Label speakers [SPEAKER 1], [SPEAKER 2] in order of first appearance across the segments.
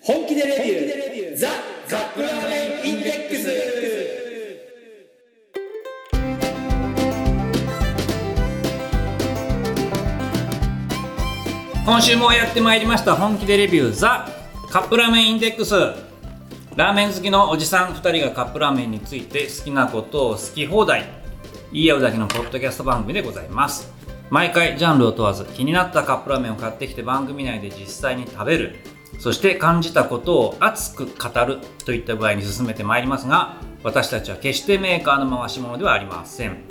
[SPEAKER 1] 本気でレビューザ・カップラーメンインデックス
[SPEAKER 2] 今週もやってまいりました本気でレビューザカップラーメンインデックスラーメン好きのおじさん2人がカップラーメンについて好きなことを好き放題言い合うだけのポッドキャスト番組でございます毎回ジャンルを問わず気になったカップラーメンを買ってきて番組内で実際に食べるそして感じたことを熱く語るといった具合に進めてまいりますが私たちは決してメーカーの回し物ではありません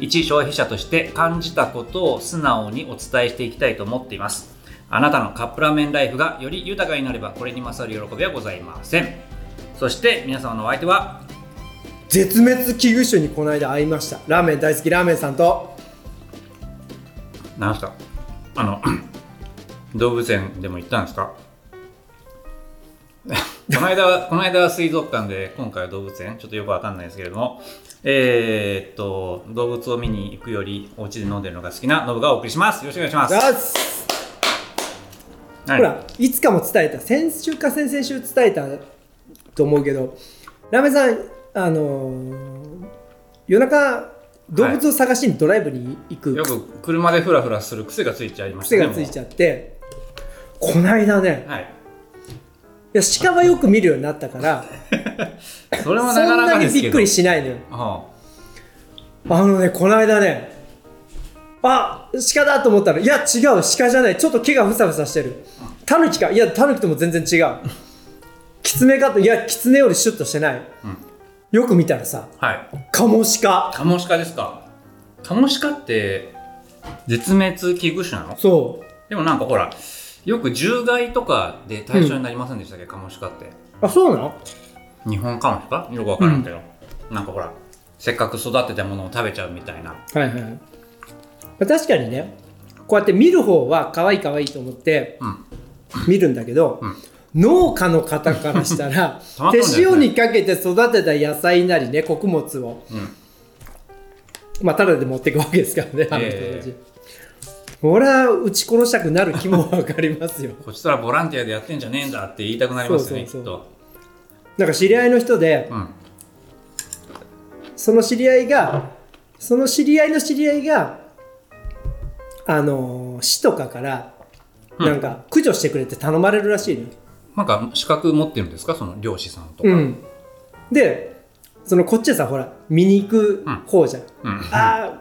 [SPEAKER 2] 一消費者として感じたことを素直にお伝えしていきたいと思っていますあなたのカップラーメンライフがより豊かになればこれに勝る喜びはございませんそして皆様のお相手は
[SPEAKER 3] 絶滅危惧種にこの間会いましたラーメン大好きラーメンさんと
[SPEAKER 2] 何ですかあの 動物園でも行ったんですか この間はこの間は水族館で今回は動物園ちょっとよくわかんないですけれどもえー、っと動物を見に行くよりお家で飲んでるのが好きなノブがお送りしますよろしくお願いします
[SPEAKER 3] よし
[SPEAKER 2] は
[SPEAKER 3] ほ
[SPEAKER 2] い
[SPEAKER 3] らいつかも伝えた先週か先々週伝えたと思うけどラーメンさんあのー夜中動物を探しにドライブに行く
[SPEAKER 2] よく車でフラフラする癖がついちゃいました
[SPEAKER 3] 癖
[SPEAKER 2] ね
[SPEAKER 3] がついち
[SPEAKER 2] ゃ
[SPEAKER 3] ゃって、この間ね
[SPEAKER 2] はい
[SPEAKER 3] いや鹿はよく見るようになったから
[SPEAKER 2] それ
[SPEAKER 3] そ
[SPEAKER 2] も
[SPEAKER 3] ん
[SPEAKER 2] なかな
[SPEAKER 3] な
[SPEAKER 2] かで
[SPEAKER 3] に
[SPEAKER 2] すけど
[SPEAKER 3] びっくりしないのよ
[SPEAKER 2] は
[SPEAKER 3] あのね、この間ね、あ鹿だと思ったら、いや、違う、鹿じゃない、ちょっと毛がふさふさしてる、タヌキか、いや、タヌキとも全然違う、キツネかと、いや、キツネよりシュッとしてない、
[SPEAKER 2] ん
[SPEAKER 3] よく見たらさ、
[SPEAKER 2] あはい
[SPEAKER 3] カモシカ、
[SPEAKER 2] カモシカですかカモシカって絶滅危惧種なの
[SPEAKER 3] そう、
[SPEAKER 2] でもなんかほらよく獣害とかで対象になりませんでしたっけ、カモシカって
[SPEAKER 3] あ、そうなの
[SPEAKER 2] 日本カモシカよくわからんけど、なんかほらせっかく育てたものを食べちゃうみたいな
[SPEAKER 3] はいはい。まあ確かにね、こうやって見る方は、可愛い可愛いと思って
[SPEAKER 2] うん、
[SPEAKER 3] 見るんだけど、
[SPEAKER 2] うん
[SPEAKER 3] 農家の方からした ら
[SPEAKER 2] たまったもんじゃない
[SPEAKER 3] 手
[SPEAKER 2] ですね
[SPEAKER 3] 塩にかけて育てた野菜なりね穀物を
[SPEAKER 2] うん
[SPEAKER 3] まあ、ただで持っていくわけですからね、あの人
[SPEAKER 2] え
[SPEAKER 3] た
[SPEAKER 2] え
[SPEAKER 3] ち。俺は撃ち殺したくなる気もわかりますよ。
[SPEAKER 2] こっちらボランティアでやってんじゃねえんだって言いたくなりますよね
[SPEAKER 3] そうそう
[SPEAKER 2] きっ
[SPEAKER 3] なんか知り合いの人で
[SPEAKER 2] と、、うん、
[SPEAKER 3] その知り合いが、その知り合いの知り合いが、あのー市とかから、
[SPEAKER 2] うん
[SPEAKER 3] なんか駆除してくれって頼まれるらしいの、
[SPEAKER 2] なんか資格持ってるんですかその漁師さんとか、
[SPEAKER 3] うん。で、そのこっちはさ、ほら、見に行く方じゃん。
[SPEAKER 2] うん
[SPEAKER 3] ああ、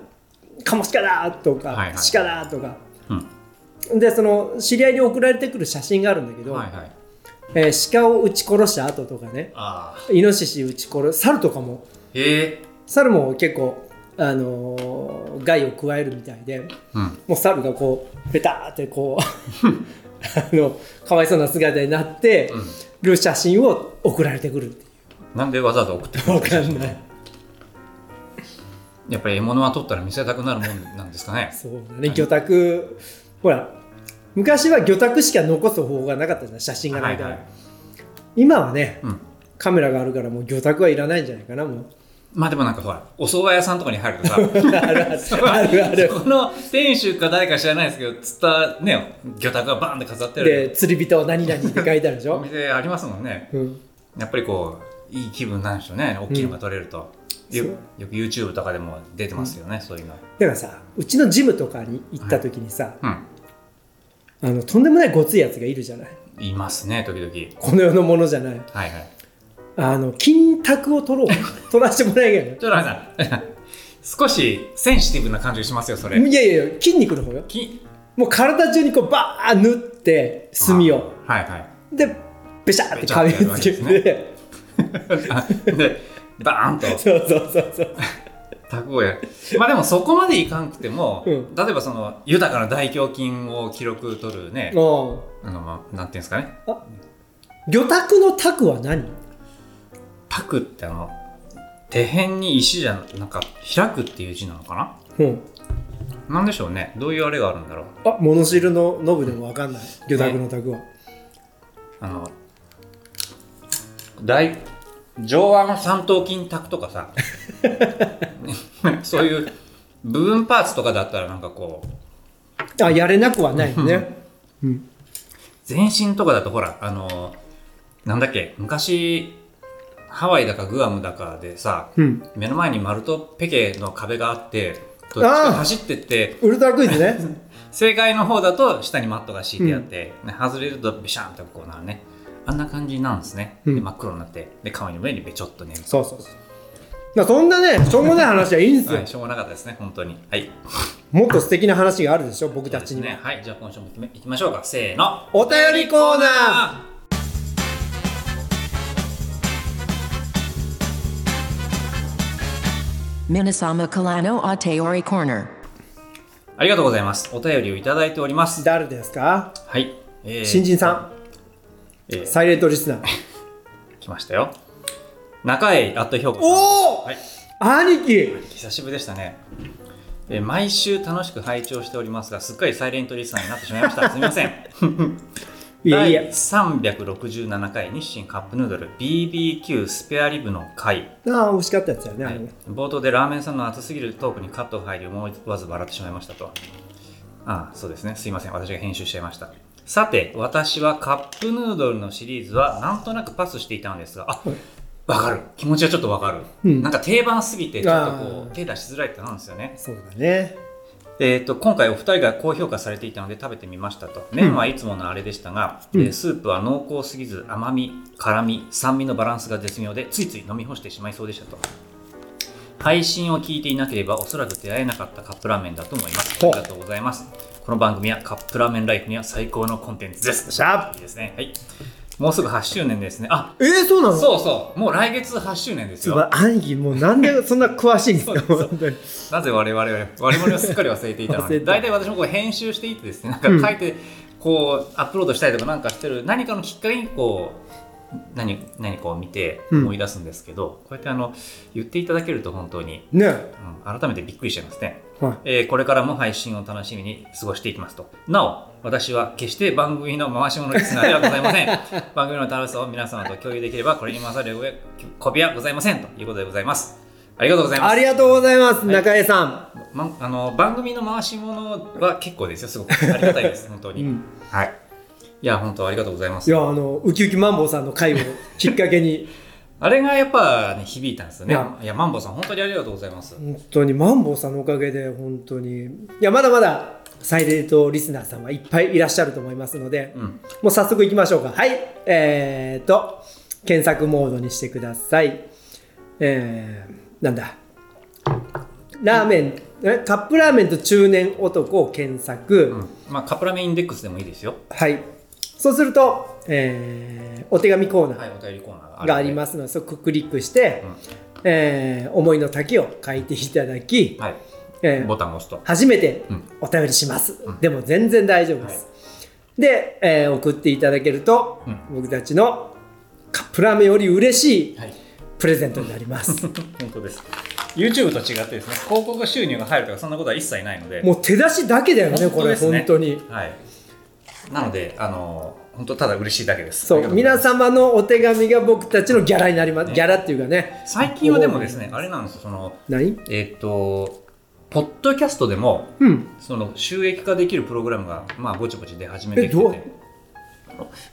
[SPEAKER 3] カモシカだとか、
[SPEAKER 2] はいはい
[SPEAKER 3] 鹿だとか。
[SPEAKER 2] うん
[SPEAKER 3] で、その知り合いに送られてくる写真があるんだけど、
[SPEAKER 2] はいはい
[SPEAKER 3] えー鹿を撃ち殺した後とかね
[SPEAKER 2] ああ
[SPEAKER 3] イノシシ撃ち殺す猿とかも
[SPEAKER 2] へえ
[SPEAKER 3] 猿も結構、あのー害を加えるみたいで
[SPEAKER 2] うん
[SPEAKER 3] もう猿がこうベターってこうあのかわいそうな姿になってる写真を送られてくるってい
[SPEAKER 2] なんでわざわざ送ってく
[SPEAKER 3] う
[SPEAKER 2] る
[SPEAKER 3] わかんない
[SPEAKER 2] やっぱり獲物は取ったら見せたくなるもんなんですかね
[SPEAKER 3] そうだね魚拓ほら昔は魚拓しか残す方法がなかったじゃん写真がないから、
[SPEAKER 2] はいはい
[SPEAKER 3] 今はね
[SPEAKER 2] うん
[SPEAKER 3] カメラがあるからもう魚拓はいらないんじゃないかなもう
[SPEAKER 2] まあでもなんかほらお蕎麦屋さんとかに入るとさ
[SPEAKER 3] あるあるあるある
[SPEAKER 2] そこの店主か誰か知らないですけど釣ったね魚拓がバーンって飾ってあ
[SPEAKER 3] で
[SPEAKER 2] る
[SPEAKER 3] 釣り人は何々って書いてあるでし
[SPEAKER 2] お
[SPEAKER 3] ょ、
[SPEAKER 2] 店ありますもんね
[SPEAKER 3] うん、
[SPEAKER 2] やっぱりこういい気分なんでしょうね大きいのが取れると、
[SPEAKER 3] うん
[SPEAKER 2] よ
[SPEAKER 3] そう
[SPEAKER 2] よく YouTube とかでも出てますよね、そういうの
[SPEAKER 3] だからさうちのジムとかに行った時にさ、
[SPEAKER 2] うん
[SPEAKER 3] あのとんでもないごついやつがいるじゃない
[SPEAKER 2] いますね時々
[SPEAKER 3] この世のものじゃない
[SPEAKER 2] はいはい
[SPEAKER 3] あの金卓を取ろ う取らせてもらえない
[SPEAKER 2] ちょっと待ってください 少しセンシティブな感じがしますよそれ
[SPEAKER 3] いやいやいや筋肉の方よ
[SPEAKER 2] き
[SPEAKER 3] もう体中にこうバーッ塗って炭を
[SPEAKER 2] はいはい
[SPEAKER 3] でベシャーって髪につけて、
[SPEAKER 2] ベチャってやるわけで でバーンと
[SPEAKER 3] そうそうそうそう
[SPEAKER 2] たこやまあでもそこまでいかんくても、
[SPEAKER 3] うん
[SPEAKER 2] 例えばその豊かな大胸筋を記録取るね、
[SPEAKER 3] うん
[SPEAKER 2] あのまあなんていうんですかね
[SPEAKER 3] 魚拓の卓は何
[SPEAKER 2] パクってあの手辺に石じゃなんか開くっていう字なのかな
[SPEAKER 3] うん
[SPEAKER 2] なんでしょうねどういうあれがあるんだろう
[SPEAKER 3] あ物知るのノブでもわかんない魚拓の卓は、
[SPEAKER 2] あの大上腕三頭筋タクとか さそういう部分パーツとかだったらなんかこう
[SPEAKER 3] あやれなくはないね、
[SPEAKER 2] 全身とかだとほらあのなんだっけ昔ハワイだかグアムだかでさ、
[SPEAKER 3] うん
[SPEAKER 2] 目の前にマルトペケの壁があってどっち
[SPEAKER 3] あー
[SPEAKER 2] か走ってって
[SPEAKER 3] ウルトラクイズね
[SPEAKER 2] 正解の方だと下にマットが敷いてあって、ね外れるとビシャンとこうなるねあんな感じなんですね、
[SPEAKER 3] うん
[SPEAKER 2] で真っ黒になってで川の上にべちょっと寝る
[SPEAKER 3] そうそうそうだからそんなねしょうもない話はいいんですよ、
[SPEAKER 2] はい、しょうがなかったですね本当にはい
[SPEAKER 3] もっと素敵な話があるでしょ僕たち
[SPEAKER 2] そう
[SPEAKER 3] に
[SPEAKER 2] で
[SPEAKER 3] も、
[SPEAKER 2] すねはいじゃあ今週も決めいきましょうかせーの
[SPEAKER 3] お便りコーナー
[SPEAKER 4] Minasama Kalano Ateori Corner.
[SPEAKER 2] ありがとうございますお便りをいただいております
[SPEAKER 3] 誰ですか、
[SPEAKER 2] はい、えー
[SPEAKER 3] 新人さん、
[SPEAKER 2] えー
[SPEAKER 3] サイレントリスナー
[SPEAKER 2] 来ましたよ中江あっと評価さん
[SPEAKER 3] おお、
[SPEAKER 2] はい
[SPEAKER 3] 兄貴
[SPEAKER 2] 久しぶりでしたねえー毎週楽しく拝聴しておりますがすっかりサイレントリスナーになってしまいました すみません
[SPEAKER 3] いやいや
[SPEAKER 2] 第367回日清カップヌードル BBQ スペアリブの回、
[SPEAKER 3] ああ惜しかったやつだよね、あ
[SPEAKER 2] は
[SPEAKER 3] れ
[SPEAKER 2] い
[SPEAKER 3] ね
[SPEAKER 2] 冒頭でラーメンさんの熱すぎるトークにカットが入り思わず笑ってしまいましたとああそうですねすいません私が編集しちゃいましたさて私はカップヌードルのシリーズはなんとなくパスしていたんですがあわかる気持ちはちょっとわかる、
[SPEAKER 3] うん
[SPEAKER 2] なんか定番すぎてちょっとこ
[SPEAKER 3] あー
[SPEAKER 2] う手出しづらいってなんですよね
[SPEAKER 3] そうだね
[SPEAKER 2] えー、と今回お二人が高評価されていたので食べてみましたと麺はいつものあれでしたが、
[SPEAKER 3] うん
[SPEAKER 2] えースープは濃厚すぎず甘み辛み酸味のバランスが絶妙でついつい飲み干してしまいそうでしたと配信を聞いていなければおそらく出会えなかったカップラーメンだと思いますあ
[SPEAKER 3] ほう
[SPEAKER 2] りがとうございますこの番組はカップラーメンライフには最高のコンテンツです
[SPEAKER 3] しゃ
[SPEAKER 2] いいですねはいもうすぐ8周年ですねあ
[SPEAKER 3] えー、そうなのう
[SPEAKER 2] そうそうもう来月8周年ですよ
[SPEAKER 3] 兄貴もうなんでそんな詳しいんですか
[SPEAKER 2] そうそう
[SPEAKER 3] 本当に
[SPEAKER 2] なぜ我々は我々はすっかり忘れていたの
[SPEAKER 3] 忘れ
[SPEAKER 2] で
[SPEAKER 3] て
[SPEAKER 2] 大体私もこう編集していってですねなんか書いてこうアップロードしたりとかなんかしてる何かのきっかけにこう何何かを見て
[SPEAKER 3] うん
[SPEAKER 2] 思い出すんですけど、こうやってあの言っていただけると本当に、
[SPEAKER 3] ね
[SPEAKER 2] うん、改めてびっくりしちゃいますね、
[SPEAKER 3] は
[SPEAKER 2] えーこれからも配信を楽しみに過ごしていきますとなお私は決して番組の回し物リスナーではございません 番組の楽しさを皆様と共有できればこれに勝る上こびはございませんということでございますありがとうございます
[SPEAKER 3] ありがとうございます、中江さん
[SPEAKER 2] ま、あの番組の回し物は結構ですよ、すごくありがたい です、本当に。
[SPEAKER 3] うん
[SPEAKER 2] はい、いや、本当ありがとうございま
[SPEAKER 3] い
[SPEAKER 2] す。
[SPEAKER 3] やあのウキウキマンボウさんの回をきっかけに
[SPEAKER 2] あれがやっぱ、ね、響いたんですよね。
[SPEAKER 3] い
[SPEAKER 2] い
[SPEAKER 3] や
[SPEAKER 2] や、マンボウさん、本当にありがとうございます。
[SPEAKER 3] 本当にマンボウさんのおかげで本当にいやまだまだサイレントリスナーさんはいっぱいいらっしゃると思いますので、
[SPEAKER 2] うん、
[SPEAKER 3] もう早速いきましょうかはいえー、と検索モードにしてくださいえー、なんだラーメンえカップラーメンと中年男を検索、
[SPEAKER 2] うんまあ、カップラーメンインデックスでもいいですよ。
[SPEAKER 3] はいそうすると、えーお手紙コーナー
[SPEAKER 2] はい、お便りコーナーがあるので
[SPEAKER 3] がありますので、そこクリックして、えー思いの丈を書いていただき、
[SPEAKER 2] はい、
[SPEAKER 3] えー
[SPEAKER 2] ボタンを押すと。
[SPEAKER 3] 初めて
[SPEAKER 2] うん
[SPEAKER 3] お便りします、でも全然大丈夫です、で、えー送っていただけると、
[SPEAKER 2] うん
[SPEAKER 3] 僕たちのカップラーメンより嬉しい
[SPEAKER 2] はい、
[SPEAKER 3] プレゼントになります、
[SPEAKER 2] 本当です。YouTube と違ってですね、広告収入が入るとか、そんなことは一切ないので。
[SPEAKER 3] もう手出しだけだよねこれ
[SPEAKER 2] ですね
[SPEAKER 3] 本当に。
[SPEAKER 2] はい。なので、あの、本当ただ嬉しいだけです。
[SPEAKER 3] そう皆
[SPEAKER 2] ん。
[SPEAKER 3] 様のお手紙が僕たちのギャラになります、ギャラっていうかね
[SPEAKER 2] 最近はでもですね、あれなんですよ、その。
[SPEAKER 3] 何
[SPEAKER 2] えっ、と、ポッドキャストでも、
[SPEAKER 3] うん
[SPEAKER 2] その収益化できるプログラムが、まあ、ぼちぼち出始めてきて
[SPEAKER 3] えどう
[SPEAKER 2] て、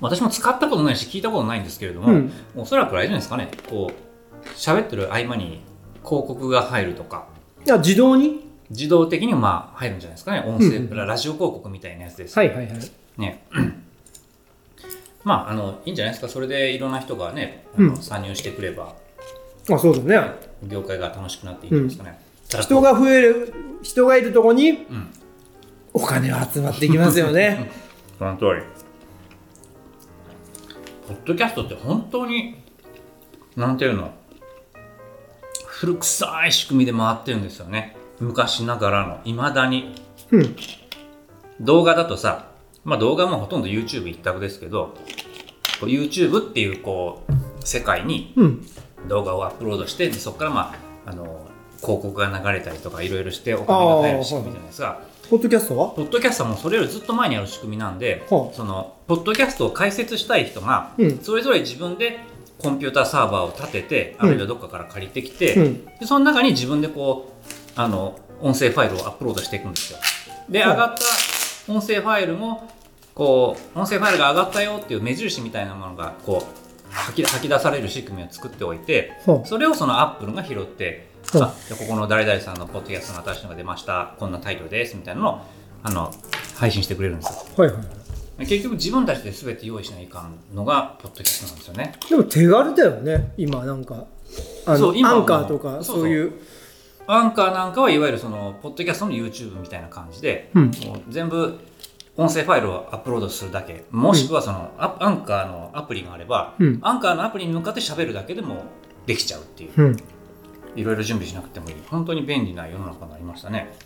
[SPEAKER 2] 私も使ったことないし、聞いたことないんですけれども、
[SPEAKER 3] うん
[SPEAKER 2] おそらくあれじゃないですかね、こう、喋ってる合間に広告が入るとか、
[SPEAKER 3] あ自動に
[SPEAKER 2] 自動的にまあ入るんじゃないですかね、音声プラ、ラジオ広告みたいなやつです。
[SPEAKER 3] はいはいはい
[SPEAKER 2] ね。 まあ、あの、いいんじゃないですか、それでいろんな人がね、あの
[SPEAKER 3] うん
[SPEAKER 2] 参入してくれば、
[SPEAKER 3] あそうだね
[SPEAKER 2] 業界が楽しくなっていいんじゃないですかね。ただ
[SPEAKER 3] 人が増える人がいるとこに
[SPEAKER 2] ん
[SPEAKER 3] お金は集まってきますよ ね
[SPEAKER 2] その通りポッドキャストって本当になんていうの古臭い仕組みで回ってるんですよね昔ながらのいまだに
[SPEAKER 3] うん
[SPEAKER 2] 動画だとさまあ動画もほとんど YouTube 一択ですけどこう YouTube っていうこう世界に
[SPEAKER 3] うん
[SPEAKER 2] 動画をアップロードしてでそこからまああの広告が流れたりとかいろいろしてお金が入る仕組みじゃないですか、
[SPEAKER 3] ポッドキャストは
[SPEAKER 2] ポッドキャストもそれよりずっと前にある仕組みなんで、
[SPEAKER 3] ほう
[SPEAKER 2] そのポッドキャストを開設したい人が、
[SPEAKER 3] うん
[SPEAKER 2] それぞれ自分でコンピューターサーバーを立てて、あるいはどっかから借りてきて、
[SPEAKER 3] うん
[SPEAKER 2] でその中に自分でこうあの音声ファイルをアップロードしていくんですよ。で、
[SPEAKER 3] ほう
[SPEAKER 2] 上がった音声ファイルもこう音声ファイルが上がったよっていう目印みたいなものがこう吐き吐き出される仕組みを作っておいて
[SPEAKER 3] ほう
[SPEAKER 2] それをそのアップルが拾って
[SPEAKER 3] ほう
[SPEAKER 2] あじゃあここの誰々さんのポッドキャストの新しいのが出ましたこんなタイトルですみたいなのをあの配信してくれるんですよ
[SPEAKER 3] はいはい
[SPEAKER 2] 結局自分たちで全て用意しないかんのがポッドキャストなんですよね
[SPEAKER 3] でも手軽だよね今なんかあ
[SPEAKER 2] そ
[SPEAKER 3] の
[SPEAKER 2] う今
[SPEAKER 3] ア
[SPEAKER 2] は
[SPEAKER 3] ンカーと
[SPEAKER 2] そう
[SPEAKER 3] か
[SPEAKER 2] そう
[SPEAKER 3] そういう
[SPEAKER 2] アンカーなんかはいわゆるそのポッドキャストの YouTube みたいな感じで、
[SPEAKER 3] うん
[SPEAKER 2] もう全部音声ファイルをアップロードするだけもしくはその、アアンカーのアプリがあれば、
[SPEAKER 3] うん
[SPEAKER 2] アンカーのアプリに向かって喋るだけでもできちゃうっていう
[SPEAKER 3] うん
[SPEAKER 2] いろいろ準備しなくてもいい本当に便利な世の中になりましたね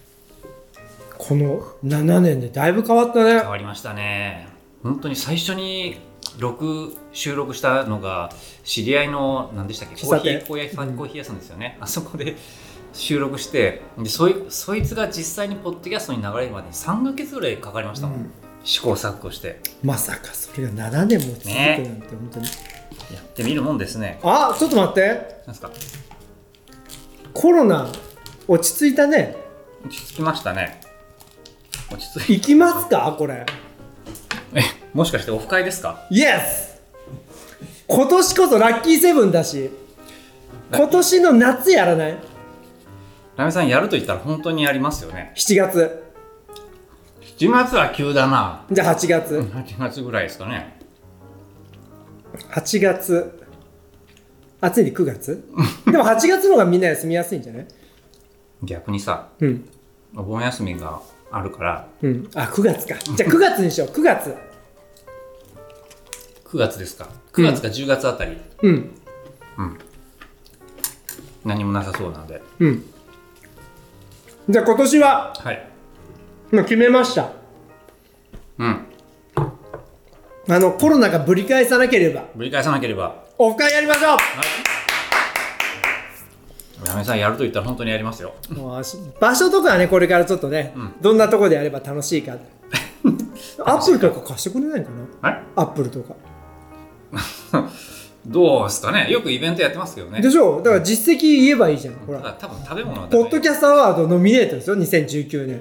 [SPEAKER 3] この7年でだいぶ変わったね
[SPEAKER 2] 変わりましたね本当に最初に録収録したのが知り合いの何でしたっけ
[SPEAKER 3] 喫
[SPEAKER 2] コ
[SPEAKER 3] 茶
[SPEAKER 2] ーヒ
[SPEAKER 3] 店
[SPEAKER 2] ーコーヒーコーヒー屋さんですよね、あそこで 収録してでそいそいつが実際にポッドキャストに流れるまでに3ヶ月ぐらいかかりましたもん、
[SPEAKER 3] うん
[SPEAKER 2] 試行錯誤して
[SPEAKER 3] まさかそれが7年も続くなんて本当に
[SPEAKER 2] やってみるもんですね
[SPEAKER 3] あちょっと待って
[SPEAKER 2] なんですか
[SPEAKER 3] コロナ落ち着いたね
[SPEAKER 2] 落ち着きましたね落ち着い
[SPEAKER 3] 行きますかこれ
[SPEAKER 2] えもしかしてオフ会ですか
[SPEAKER 3] イエス今年こそラッキーセブンだし今年の夏やらない
[SPEAKER 2] ラメさんやると言ったら本当にやりますよね
[SPEAKER 3] 7月
[SPEAKER 2] 7月は急だな
[SPEAKER 3] じゃあ8月
[SPEAKER 2] 8月ぐらいですかね
[SPEAKER 3] 8月暑いに9月でも8月の方がみんな休みやすいんじゃない
[SPEAKER 2] 逆にさ
[SPEAKER 3] うん
[SPEAKER 2] お盆休みがあるから
[SPEAKER 3] うんあ9月かじゃあ9月にしよう9月
[SPEAKER 2] 9月ですか9月か10月あたり、
[SPEAKER 3] うん
[SPEAKER 2] 何もなさそうなんで
[SPEAKER 3] うんじゃあ今年は
[SPEAKER 2] はい
[SPEAKER 3] もう決めました
[SPEAKER 2] うん
[SPEAKER 3] あのコロナがぶり返さなければ
[SPEAKER 2] ぶり返さなければ
[SPEAKER 3] オフ会やりましょ
[SPEAKER 2] やめさんやると言ったら本当にやりますよ
[SPEAKER 3] うもうあし場所とかはねこれからちょっとね、どんなとこでやれば楽しい かアップルとか貸してくれないかな
[SPEAKER 2] はい
[SPEAKER 3] アップルとか
[SPEAKER 2] どうですかねよくイベントやってますけどね
[SPEAKER 3] でしょだから実績言えばいいじゃんほ
[SPEAKER 2] ただ
[SPEAKER 3] ら
[SPEAKER 2] 多分食べ物は
[SPEAKER 3] ポッドキャストアワードノミネートですよ2019年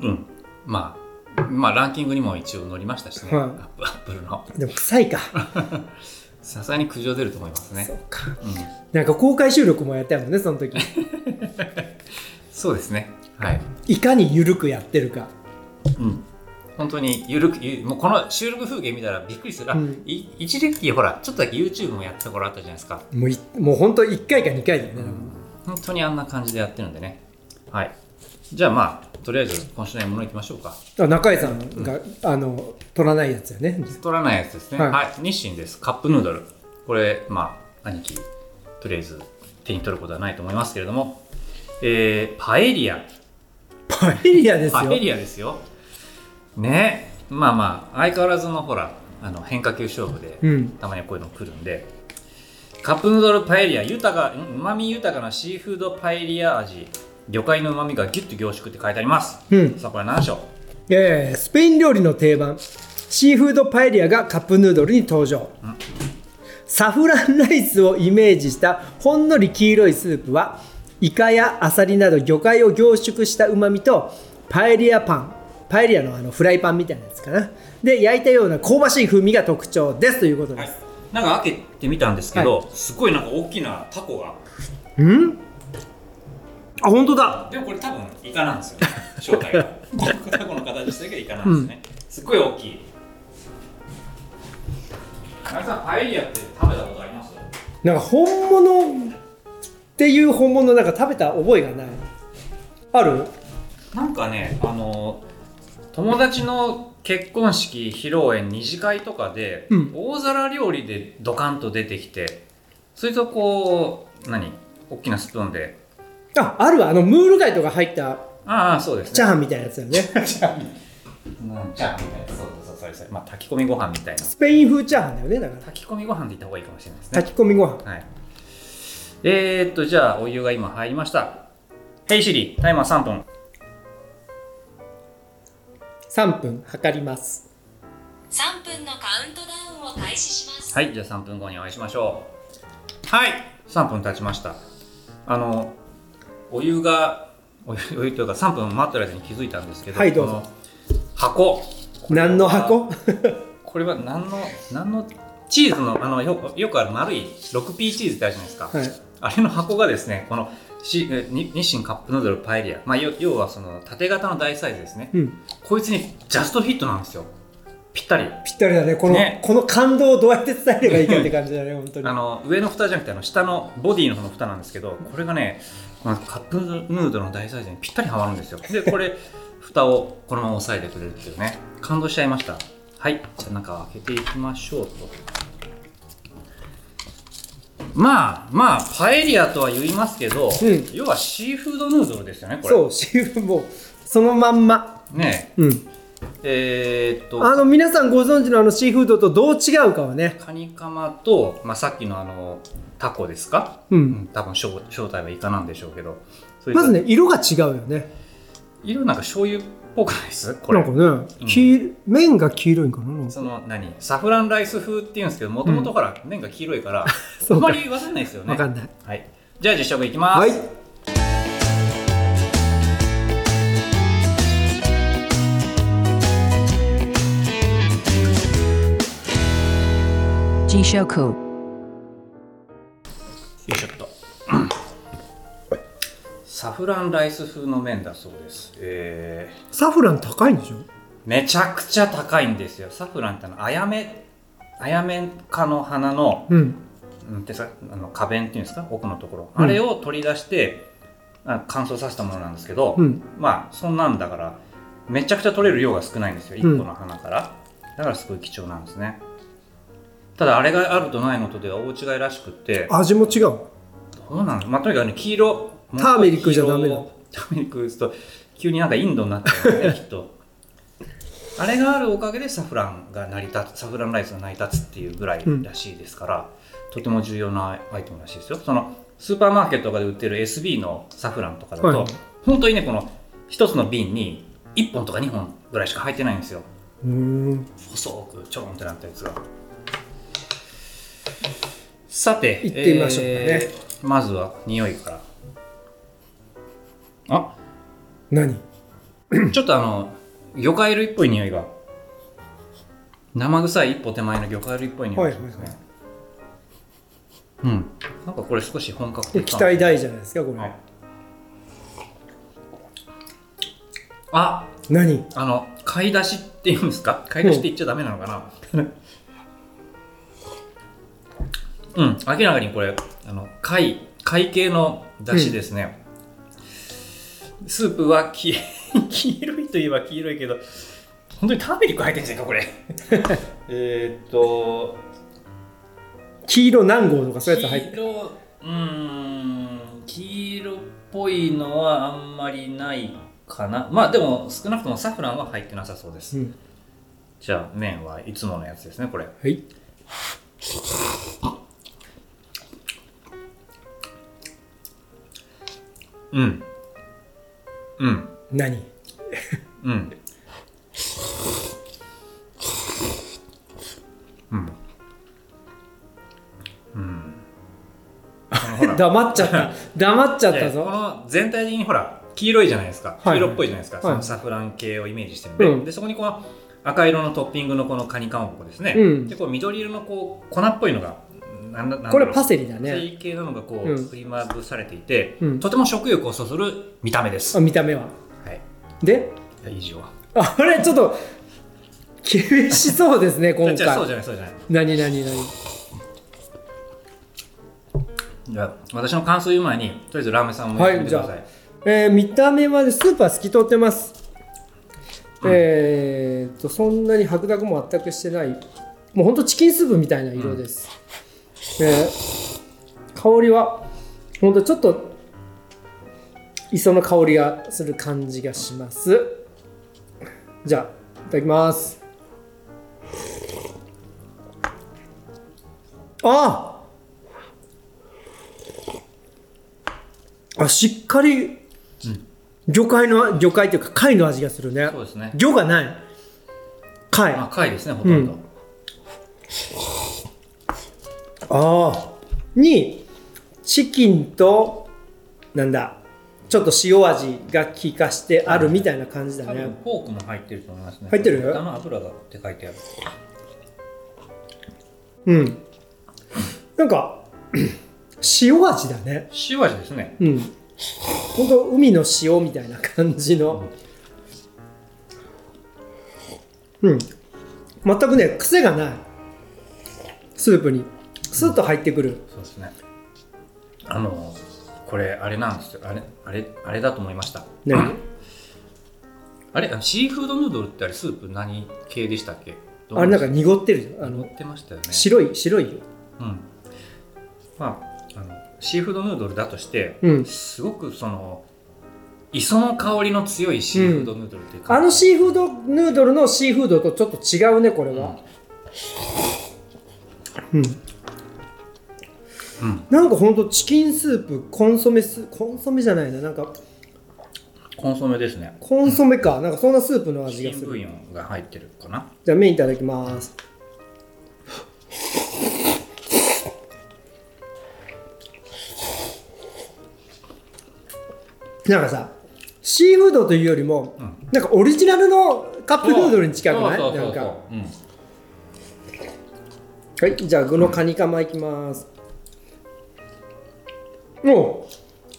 [SPEAKER 2] うんまあまあランキングにも一応乗りましたしね、
[SPEAKER 3] はい
[SPEAKER 2] アップアップルの
[SPEAKER 3] でも臭いか
[SPEAKER 2] さすがに苦情出ると思いますね
[SPEAKER 3] そうか、なんか公開収録もやったもんねその時
[SPEAKER 2] そうですねはい
[SPEAKER 3] いかに緩くやってるか
[SPEAKER 2] うん本当にゆるくゆもうこの収録風景見たらびっくりする、あ
[SPEAKER 3] うん
[SPEAKER 2] い一時期ほらちょっとだけ YouTube もやった頃あったじゃないですか
[SPEAKER 3] もういもう本当1回か2回だよね、
[SPEAKER 2] 本当にあんな感じでやってるんでねはいじゃあまあとりあえず今週のものいきましょうか
[SPEAKER 3] あ中井さんが、あの取らないやつよね
[SPEAKER 2] 取らないやつですねは、
[SPEAKER 3] はいい
[SPEAKER 2] 日清ですカップヌードルこれまあ兄貴とりあえず手に取ることはないと思いますけれどもえー、パエリア
[SPEAKER 3] パエリアですよ
[SPEAKER 2] パエリアですよねまあまあ相変わらずのほらあの変化球勝負で、
[SPEAKER 3] うん
[SPEAKER 2] たまにはこういうの来るんでカップヌードルパエリア豊かうまみ豊かなシーフードパエリア味魚介のうまみがギュッと凝縮って書いてあります、
[SPEAKER 3] うん
[SPEAKER 2] さあこれ何でしょう
[SPEAKER 3] えースペイン料理の定番シーフードパエリアがカップヌードルに登場サフランライスをイメージしたほんのり黄色いスープはイカやアサリなど魚介を凝縮したうまみとパエリアパンパエリアのあのフライパンみたいなやつかなで焼いたような香ばしい風味が特徴ですということです、
[SPEAKER 2] なんか開けてみたんですけど、すごいなんか大きなタコが
[SPEAKER 3] うんあ本当だ
[SPEAKER 2] でもこれ多分イカなん ですよね正体がタコの形してるけどイカなんですね、すっごい大きいあれさんパエリアって食べたことあります
[SPEAKER 3] なんか本物っていう本物なんか食べた覚えがないある
[SPEAKER 2] なんかねあの友達の結婚式披露宴二次会とかで、
[SPEAKER 3] うん
[SPEAKER 2] 大皿料理でドカンと出てきてそれとこう何大きなスプーンで
[SPEAKER 3] ああるわあのムール貝とか入った
[SPEAKER 2] ああそうですね
[SPEAKER 3] チャーハンみたいなやつだよね
[SPEAKER 2] うんチャーハンみたいなそうそうそうそうまあ炊き込みご飯みたいな
[SPEAKER 3] スペイン風チャーハンだよねだから
[SPEAKER 2] 炊き込みご飯で言った方がいいかもしれないですね
[SPEAKER 3] 炊き込みご飯
[SPEAKER 2] はいえー、っとじゃあお湯が今入りましたヘイシリタイマー3分
[SPEAKER 3] 3分測ります
[SPEAKER 5] 3分のカウントダウンを開始します。
[SPEAKER 2] はい、じゃあ3分後にお会いしましょう。はい、3分経ちました。あの、お湯が、お湯お湯というか3分待ってる間に気づいたんですけど、
[SPEAKER 3] はいどうぞ
[SPEAKER 2] この箱、
[SPEAKER 3] 何の箱
[SPEAKER 2] これは何の、何のチーズのあのよよくある丸い 6P チーズってあるじゃないですか、
[SPEAKER 3] はい
[SPEAKER 2] あれの箱がですねこのしえに日清カップヌードルパエリア、まあ、よ要はその縦型の大サイズですね、
[SPEAKER 3] うん
[SPEAKER 2] こいつにジャストフィットなんですよぴったり
[SPEAKER 3] ぴったりだねこの
[SPEAKER 2] ね
[SPEAKER 3] この感動をどうやって伝えればいいかって感じだね本当に
[SPEAKER 2] あの上の蓋じゃなくてあの下のボディの方の蓋なんですけどこれがね、まあ、カップヌードルの大サイズにぴったりはまるんですよでこれ 蓋をこのまま押さえてくれるっていうね感動しちゃいましたはいじゃあ中を開けていきましょうとまあまあパエリアとは言いますけど、
[SPEAKER 3] ん
[SPEAKER 2] 要はシーフードヌードルですよねこれ
[SPEAKER 3] そうシーフもうそのまんま
[SPEAKER 2] ね
[SPEAKER 3] うん
[SPEAKER 2] えーっと
[SPEAKER 3] あの皆さんご存知のあのシーフードとどう違うかはね
[SPEAKER 2] カニカマと、まあ、さっきのあのタコですか、
[SPEAKER 3] うん
[SPEAKER 2] 多分正正体はイカなんでしょうけどそういった
[SPEAKER 3] まずね色が違うよね
[SPEAKER 2] 色なんか醤油っぽくないですこ
[SPEAKER 3] な
[SPEAKER 2] れ
[SPEAKER 3] んかね、黄麺が黄色いんかななんか
[SPEAKER 2] その何サフランライス風っていうんですけどもともとほら麺が黄色いから、
[SPEAKER 3] そう
[SPEAKER 2] あん
[SPEAKER 3] か
[SPEAKER 2] まりわかんないですよね
[SPEAKER 3] わかんない
[SPEAKER 2] はい、じゃあ実食いきます、
[SPEAKER 3] はい
[SPEAKER 4] Jishoku.
[SPEAKER 2] よいしょっと サフランライス風の麺だそうですえー
[SPEAKER 3] サフラン高いんでしょ
[SPEAKER 2] めちゃくちゃ高いんですよサフランってあのあやめあやめ科の花の,、
[SPEAKER 3] うん
[SPEAKER 2] うん、てさあの花弁っていうんですか奥のところ、あれを取り出してあ乾燥させたものなんですけど、
[SPEAKER 3] うん
[SPEAKER 2] まあそんなんだからめちゃくちゃ取れる量が少ないんですよ
[SPEAKER 3] うん
[SPEAKER 2] 1個の花から、だからすごい貴重なんですねただあれがあるとないのとでは大違いらしくって
[SPEAKER 3] 味も違う
[SPEAKER 2] どうなのまあとにかくね黄色
[SPEAKER 3] ターメリックじゃダメだ
[SPEAKER 2] ターメリック打つと急になんかインドになっちゃうよ ねきっとあれがあるおかげでサフランが成り立つサフランライスが成り立つっていうぐらいらしいですから、とても重要なアイテムらしいですよそのスーパーマーケットとかで売ってる SB のサフランとかだと、
[SPEAKER 3] はい
[SPEAKER 2] 本当にねこの一つの瓶に1本とか2本ぐらいしか入ってないんですよ
[SPEAKER 3] うん
[SPEAKER 2] 細くちょろんってなったやつがさて
[SPEAKER 3] 行ってみましょうかね
[SPEAKER 2] えーまずは匂いから あ
[SPEAKER 3] 何
[SPEAKER 2] ちょっとあの魚介類っぽい匂いが生臭い一歩手前の魚介類っぽい匂いがしますね、
[SPEAKER 3] はいはい
[SPEAKER 2] うんなんかこれ少し本格的
[SPEAKER 3] 期
[SPEAKER 2] な
[SPEAKER 3] 待大じゃないですかこれ、
[SPEAKER 2] はいあ
[SPEAKER 3] 何
[SPEAKER 2] あの買い出しっていうんですか買い出しって言っちゃダメなのかな うん明らかにこれあの貝貝系の出汁ですね、スープはき 黄色いといえば黄色いけど本当にターメリック入ってるんです かこれえーっと
[SPEAKER 3] 黄色何号とかそういうやつ入っ
[SPEAKER 2] 黄
[SPEAKER 3] て
[SPEAKER 2] 色うーん黄色っぽいのはあんまりないかなまあでも少なくともサフランは入ってなさそうです、
[SPEAKER 3] うん
[SPEAKER 2] じゃあ麺はいつものやつですねこれ
[SPEAKER 3] はい
[SPEAKER 2] うんうん
[SPEAKER 3] 何
[SPEAKER 2] うんうんうんあのほら
[SPEAKER 3] 黙っちゃ った黙っちゃっ
[SPEAKER 2] で
[SPEAKER 3] た
[SPEAKER 2] こ
[SPEAKER 3] ぞ
[SPEAKER 2] の全体的にほら黄色いじゃないですか黄
[SPEAKER 3] はい
[SPEAKER 2] 色っぽいじゃないですか、
[SPEAKER 3] はい
[SPEAKER 2] そのサフラン系をイメージしてるんで,、
[SPEAKER 3] うん
[SPEAKER 2] でそこにこの赤色のトッピングのこのカニかまぼこですね、
[SPEAKER 3] うん
[SPEAKER 2] でこう緑色のこう粉っぽいのがなんだなんだろう
[SPEAKER 3] これパセリだ
[SPEAKER 2] パセ
[SPEAKER 3] ね
[SPEAKER 2] リ系なのがこう、
[SPEAKER 3] うん
[SPEAKER 2] 振りまぶされていて、
[SPEAKER 3] うん
[SPEAKER 2] とても食欲をそそる見た目です、
[SPEAKER 3] あ見た目は
[SPEAKER 2] はい
[SPEAKER 3] で
[SPEAKER 2] いや以上
[SPEAKER 3] あれちょっと厳しそうです ね今回
[SPEAKER 2] じゃあそうじゃないそうじゃない
[SPEAKER 3] 何何何
[SPEAKER 2] じゃあ私の感想言う前にとりあえずラーメンさんもやってみてください、
[SPEAKER 3] はいえー見た目はねスーパー透き通ってます、えーっとそんなに白濁も全くしてないもうほんとチキンスープみたいな色です、えー香りはほんとちょっと磯の香りがする感じがしますじゃあいただきますああしっかり魚介の魚介というか貝の味がするね
[SPEAKER 2] そうですね
[SPEAKER 3] 魚がない貝
[SPEAKER 2] まあ
[SPEAKER 3] あ
[SPEAKER 2] 貝ですねほとんど、
[SPEAKER 3] うんあにチキンとなんだちょっと塩味が効かしてあるみたいな感じだ
[SPEAKER 2] 多
[SPEAKER 3] ね、
[SPEAKER 2] 分ポークも入ってると思いますね
[SPEAKER 3] 入ってる
[SPEAKER 2] 豚の油がって書いてある
[SPEAKER 3] うんなんか塩味だね
[SPEAKER 2] 塩味ですね
[SPEAKER 3] うん本当海の塩みたいな感じのうん全くね癖がないスープにスッと入ってくる
[SPEAKER 2] そうですねあのこれあれなんですよあれあれあれだと思いました
[SPEAKER 3] ね
[SPEAKER 2] あれあのシーフードヌードルってあれスープ何系でしたっけどう
[SPEAKER 3] あれなんか濁ってるじゃんあ
[SPEAKER 2] 乗
[SPEAKER 3] の
[SPEAKER 2] ってましたよね
[SPEAKER 3] 白い白いよ
[SPEAKER 2] うんまああのシーフードヌードルだとして、
[SPEAKER 3] うん
[SPEAKER 2] すごくその磯の香りの強いシーフードヌードルっていうか、
[SPEAKER 3] あのシーフードヌードルのシーフードとちょっと違うねこれはうん、
[SPEAKER 2] うん
[SPEAKER 3] なんかほんとチキンスープコンソメスコンソメじゃないななんか
[SPEAKER 2] コンソメですね
[SPEAKER 3] コンソメかなんかそんなスープの味
[SPEAKER 2] チ
[SPEAKER 3] が
[SPEAKER 2] キ
[SPEAKER 3] す
[SPEAKER 2] ン
[SPEAKER 3] る
[SPEAKER 2] ブイヨンが入ってるかな
[SPEAKER 3] じゃあ麺いただきますなんかさシーフードというよりも、
[SPEAKER 2] ん
[SPEAKER 3] なんかオリジナルのカップヌードルに近くない
[SPEAKER 2] そうそ
[SPEAKER 3] な
[SPEAKER 2] うそうそう
[SPEAKER 3] んか
[SPEAKER 2] うん
[SPEAKER 3] はい、じゃあ具のカニカマいきます。もう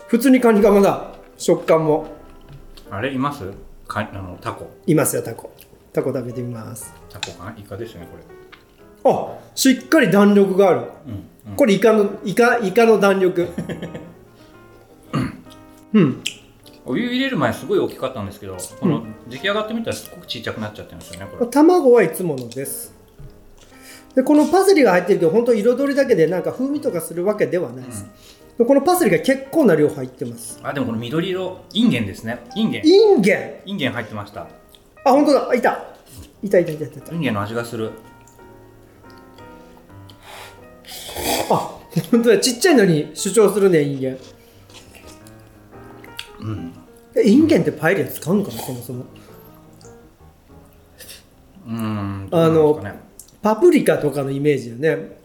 [SPEAKER 3] 普通にカニカマだ。食感も
[SPEAKER 2] あれいますかあのタコ
[SPEAKER 3] いますよタコ。タコ食べてみます。
[SPEAKER 2] タコかなイカですねこれ
[SPEAKER 3] あ、しっかり弾力がある。
[SPEAKER 2] うん
[SPEAKER 3] これイカのイカイカの弾力。うん、
[SPEAKER 2] お湯入れる前すごい大きかったんですけどこの出来上がってみたらすっごくちっちゃくなっちゃってるんですよねこれ
[SPEAKER 3] 卵はいつものです。でこのパセリが入ってるけど本当彩りだけでなんか風味とかするわけではないです。でこのパセリが結構な量入ってます。
[SPEAKER 2] あでもこの緑色インゲンですねインゲン
[SPEAKER 3] インゲン。
[SPEAKER 2] インゲン入ってました
[SPEAKER 3] あ本当だ。あいた。いたいたいたいたいた
[SPEAKER 2] イ。ンゲンの味がする
[SPEAKER 3] あ本当だちっちゃいのに主張するねインゲンうんインゲンってパエリア使うのかなそもそも
[SPEAKER 2] うーん
[SPEAKER 3] あ
[SPEAKER 2] どう
[SPEAKER 3] の
[SPEAKER 2] なんですかね
[SPEAKER 3] パプリカとかのイメージだよね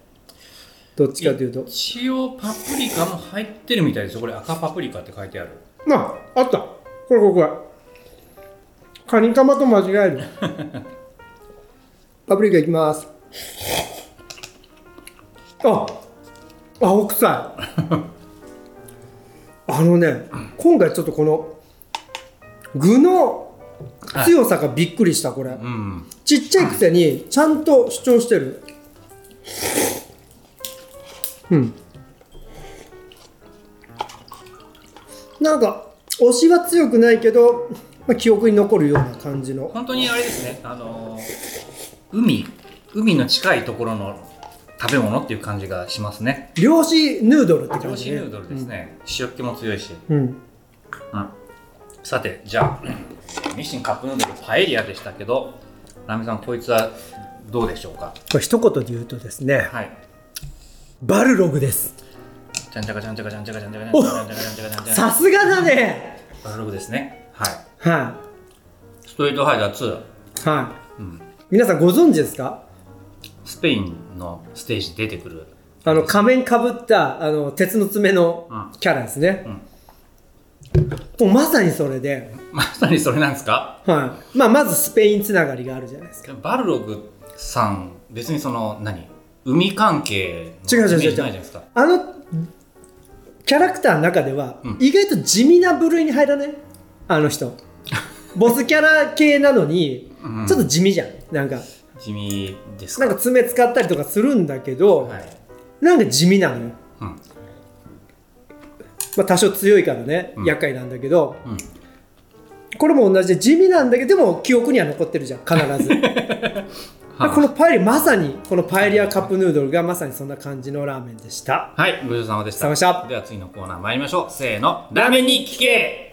[SPEAKER 3] どっちかというと
[SPEAKER 2] 一応パプリカも入ってるみたいですよこれ赤パプリカって書いてある
[SPEAKER 3] ああったこれこれこれカニカマと間違えるパプリカいきますあ青臭いあのね今回ちょっとこの具の強さがびっくりしたこれ、
[SPEAKER 2] うん
[SPEAKER 3] ちっちゃいくせにちゃんと主張してるうんなんか推しは強くないけど、まあ、記憶に残るような感じの
[SPEAKER 2] 本当にあれですねあのー海海の近いところの食べ物っていう感じがしますね
[SPEAKER 3] 漁師ヌードルって
[SPEAKER 2] 上
[SPEAKER 3] 感
[SPEAKER 2] 司
[SPEAKER 3] じ
[SPEAKER 2] ヌ
[SPEAKER 3] ね
[SPEAKER 2] ードルですね、塩気も強いし
[SPEAKER 3] うん
[SPEAKER 2] さてじゃあミシンカップヌードルパエリアでしたけどラミさんこいつはどうでしょうか
[SPEAKER 3] これ一言で言うとですね
[SPEAKER 2] はい
[SPEAKER 3] バルログです
[SPEAKER 2] ちゃんちゃかちゃんちゃかちゃんちゃかちゃんちゃかちゃんちゃかちゃんちゃかちゃんちゃかちゃ
[SPEAKER 3] さすがだね
[SPEAKER 2] バルログですねはい
[SPEAKER 3] は
[SPEAKER 2] ストレートハイダー2
[SPEAKER 3] いはい、皆さんご存知ですか
[SPEAKER 2] スペインのステージ出てくる
[SPEAKER 3] あの仮面かぶったあの鉄の爪の
[SPEAKER 2] うん
[SPEAKER 3] キャラですね、もうまさにそれで、
[SPEAKER 2] まさにそれなんですか
[SPEAKER 3] はいまあ、まずスペインつながりがあるじゃないですか
[SPEAKER 2] バルログさん別にその何海関係
[SPEAKER 3] 違う
[SPEAKER 2] のイメ
[SPEAKER 3] 違う違う
[SPEAKER 2] ージない
[SPEAKER 3] 違
[SPEAKER 2] じ
[SPEAKER 3] う
[SPEAKER 2] ゃないですか
[SPEAKER 3] あのキャラクターの中では、
[SPEAKER 2] ん
[SPEAKER 3] 意外と地味な部類に入らないあの 人ボスキャラ系なのに、
[SPEAKER 2] うん
[SPEAKER 3] ちょっと地味じゃんなんか
[SPEAKER 2] 地味ですか
[SPEAKER 3] なんか爪使ったりとかするんだけど、
[SPEAKER 2] はい
[SPEAKER 3] なんか地味なのよ、
[SPEAKER 2] うん
[SPEAKER 3] まあ、多少強いからね、厄介なんだけど、
[SPEAKER 2] ん
[SPEAKER 3] これも同じで地味なんだけどでも記憶には残ってるじゃん必 ず
[SPEAKER 2] はい
[SPEAKER 3] このパエリアまさにこのパエリアカップヌードルがまさにそんな感じのラーメンでした
[SPEAKER 2] はい、ごちそうさまでした。
[SPEAKER 3] ごちそうさまでした
[SPEAKER 2] では次のコーナー参りましょう。せーの、ラーメンに聞け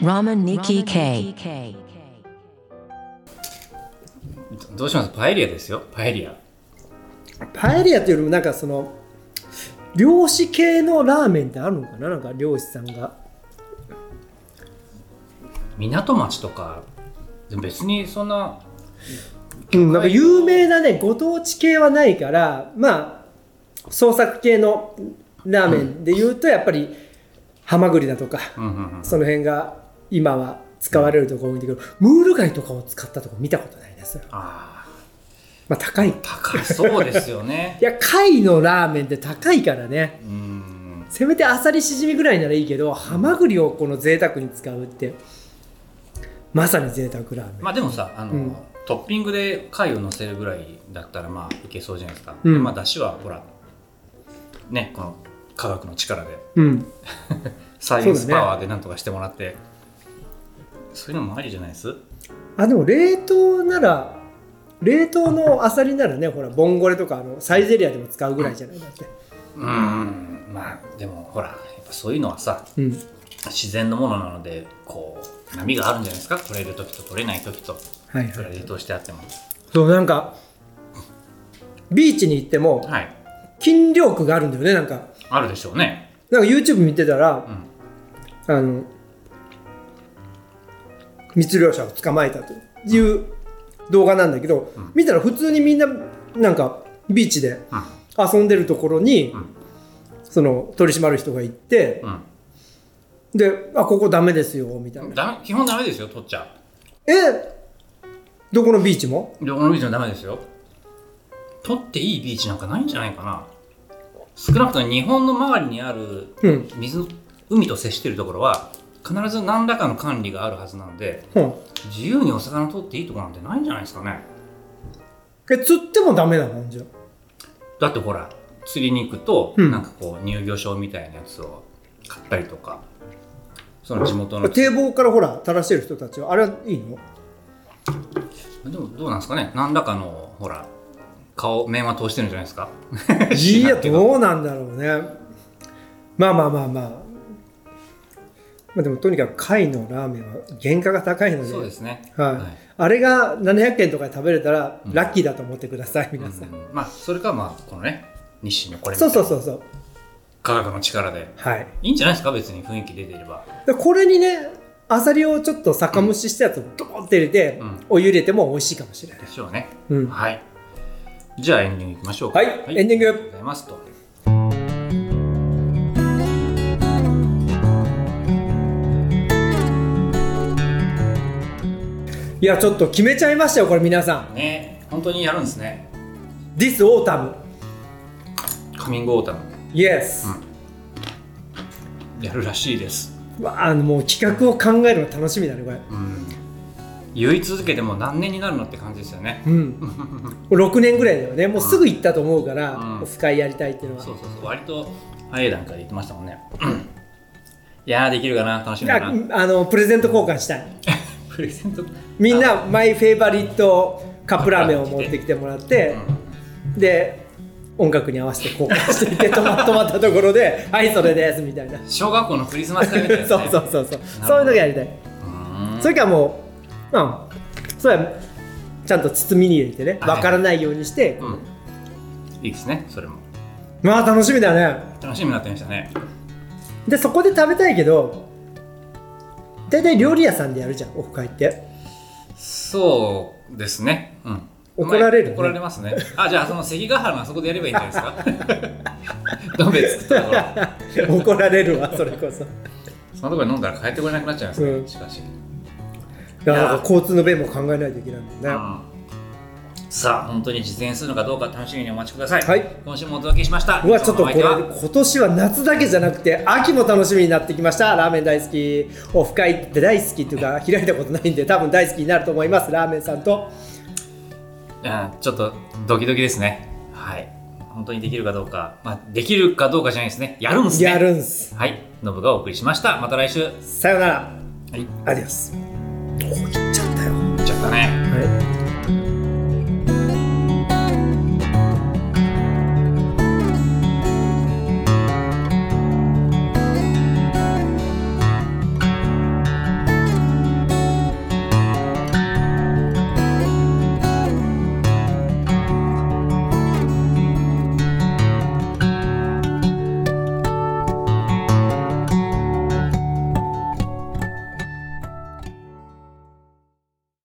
[SPEAKER 4] ラーメンに聞け。
[SPEAKER 2] どうしますパエリアですよ、パエリア。
[SPEAKER 3] パエリアというよりもなんかその漁師系のラーメンってあるのかななんか漁師さんが
[SPEAKER 2] 港町とか、でも別にそんな、
[SPEAKER 3] うん、なんか有名なねご当地系はないからまあ創作系のラーメンで言うとやっぱりハマグリだとか、
[SPEAKER 2] うんうんうん、
[SPEAKER 3] その辺が今は使われるところ多いんだけどムール貝とかを使ったとこ見たことないですよ
[SPEAKER 2] ああ
[SPEAKER 3] まあ高い
[SPEAKER 2] 高いそうですよね
[SPEAKER 3] いや貝のラーメンって高いからね
[SPEAKER 2] うん
[SPEAKER 3] せめてアサリシジミぐらいならいいけどハマグリをこの贅沢に使うってまさに贅沢ラーメン、
[SPEAKER 2] まあでもさあの、
[SPEAKER 3] うん
[SPEAKER 2] トッピングで貝を乗せるぐらいだったらまあいけそうじゃないですか、
[SPEAKER 3] うん
[SPEAKER 2] でまあだしはほらねこの科学の力で
[SPEAKER 3] うん
[SPEAKER 2] サイエン
[SPEAKER 3] そ
[SPEAKER 2] ス
[SPEAKER 3] うだね
[SPEAKER 2] パワーでなんとかしてもらってそう,、いうのもありじゃないです
[SPEAKER 3] あでも冷凍なら冷凍のアサリならねほらボンゴレとかあのサイゼリアでも使うぐらいじゃないだって
[SPEAKER 2] うんまあでもほらやっぱそういうのはさ
[SPEAKER 3] うん
[SPEAKER 2] 自然のものなのでこう波があるんじゃないですか取れる時と取れない時と
[SPEAKER 3] はい
[SPEAKER 2] いく
[SPEAKER 3] は
[SPEAKER 2] ら
[SPEAKER 3] い
[SPEAKER 2] 冷凍してあっても
[SPEAKER 3] そうなんかビーチに行っても
[SPEAKER 2] はい
[SPEAKER 3] 禁漁区があるんだよねなんか
[SPEAKER 2] あるでしょうね
[SPEAKER 3] なんか YouTube 見てたら、あの密漁者を捕まえたという動画なんだけど、見たら普通にみんななんかビーチで
[SPEAKER 2] うん
[SPEAKER 3] 遊んでるところに、
[SPEAKER 2] ん
[SPEAKER 3] その取り締まる人が行って、
[SPEAKER 2] うん
[SPEAKER 3] で「あここダメですよ」みたいな
[SPEAKER 2] だめ基本ダメですよ取っちゃ
[SPEAKER 3] えどこのビーチも
[SPEAKER 2] うでこのビーチもダメですよ取っていいビーチなんかないんじゃないかな少なくとも日本の周りにある
[SPEAKER 3] うん、
[SPEAKER 2] 水海と接しているところは必ず何らかの管理があるはずなので
[SPEAKER 3] うん、
[SPEAKER 2] 自由にお魚取っていいとこなんてないんじゃないですかね
[SPEAKER 3] え釣ってもダメなのじゃ
[SPEAKER 2] だってほら釣りに行くと、
[SPEAKER 3] うん
[SPEAKER 2] なんかこう乳魚証みたいなやつを買ったりとかその地元の
[SPEAKER 3] 堤防からほら垂らしてる人たちはあれはいいの
[SPEAKER 2] でもどうなんですかね何らかのほら顔面は通してるんじゃないですか
[SPEAKER 3] い
[SPEAKER 2] 知ら
[SPEAKER 3] や
[SPEAKER 2] んけど
[SPEAKER 3] どうなんだろうねまあまあまあまあまあでもとにかく貝のラーメンは原価が高いので
[SPEAKER 2] そうですね
[SPEAKER 3] はいあれが700円とかで食べれたら、
[SPEAKER 2] うん
[SPEAKER 3] ラッキーだと思ってください皆さん、
[SPEAKER 2] うんまあそれかまあこのね日清のこれみた
[SPEAKER 3] そ
[SPEAKER 2] いうな
[SPEAKER 3] そうそうそう
[SPEAKER 2] 科学の力で
[SPEAKER 3] はい
[SPEAKER 2] いいんじゃないですか別に雰囲気出ていれば
[SPEAKER 3] でこれにねアサリをちょっと酒蒸ししたやつをドボンって入れて、
[SPEAKER 2] うん
[SPEAKER 3] お湯入れても美味しいかもしれない
[SPEAKER 2] でしょうね、
[SPEAKER 3] うん
[SPEAKER 2] はいじゃあエンディングいきましょうか
[SPEAKER 3] はいエンディング
[SPEAKER 2] ありがとうございますと
[SPEAKER 3] いやちょっと決めちゃいましたよこれ皆さん
[SPEAKER 2] ね本当にやるんですね
[SPEAKER 3] This autumn
[SPEAKER 2] カミングオータム
[SPEAKER 3] Yes、
[SPEAKER 2] やるらしいです
[SPEAKER 3] わあもう企画を考えるの楽しみだねこれ
[SPEAKER 2] 言い続けてもう何年になるのって感じですよね、
[SPEAKER 3] うん6 年ぐらいだよねもうすぐ行ったと思うから、
[SPEAKER 2] うん
[SPEAKER 3] オフ会やりたいっていうのは
[SPEAKER 2] そうそうそう割と早い段階で言ってましたもんねうんいやーできるかな楽しみだ
[SPEAKER 3] あ
[SPEAKER 2] な
[SPEAKER 3] あのプレゼント交換したい
[SPEAKER 2] プレゼント
[SPEAKER 3] みんなマイフェイバリットカップラーメンを持ってきてもらって、で音楽に合わせて交換していって止ま止まったところで「はいそれです」みたいな、
[SPEAKER 2] 小学校のクリスマス会みたいな、ね、
[SPEAKER 3] そうそうそうそうそういうのがやりたいそれからもううんそれはちゃんと包みに入れてね
[SPEAKER 2] はい
[SPEAKER 3] わからないようにして、
[SPEAKER 2] うんいいですねそれも
[SPEAKER 3] まあ楽しみだね
[SPEAKER 2] 楽しみになってましたね
[SPEAKER 3] でそこで食べたいけど大体料理屋さんでやるじゃんオフ会って
[SPEAKER 2] そうですねうん
[SPEAKER 3] 怒られるね
[SPEAKER 2] まあ怒られますねあじゃあその関ヶ原のあそこでやればいいんじゃないですか どん兵衛作ったところ
[SPEAKER 3] 怒られるわそれこそ
[SPEAKER 2] そのところで飲んだら帰ってこれなくなっちゃいますね、
[SPEAKER 3] うん
[SPEAKER 2] しかし
[SPEAKER 3] だから交通の便も考えないといけないもんね、
[SPEAKER 2] さあ本当に実演するのかどうか楽しみにお待ちください、
[SPEAKER 3] はい
[SPEAKER 2] 今週もお届けしました
[SPEAKER 3] うわちょっとこれ
[SPEAKER 2] いつものお相手は
[SPEAKER 3] 今年は夏だけじゃなくて秋も楽しみになってきましたラーメン大好きオフ会って大好きっていうか開いたことないんで多分大好きになると思いますラーメンさんと
[SPEAKER 2] うんちょっとドキドキですねはい本当にできるかどうか、まあ、できるかどうかじゃないですねやるんすね
[SPEAKER 3] やるんす
[SPEAKER 2] はいノブがお送りしましたまた来週は
[SPEAKER 3] さよなら
[SPEAKER 2] い
[SPEAKER 3] アディオスおいっちゃったよ
[SPEAKER 2] 行っちゃったね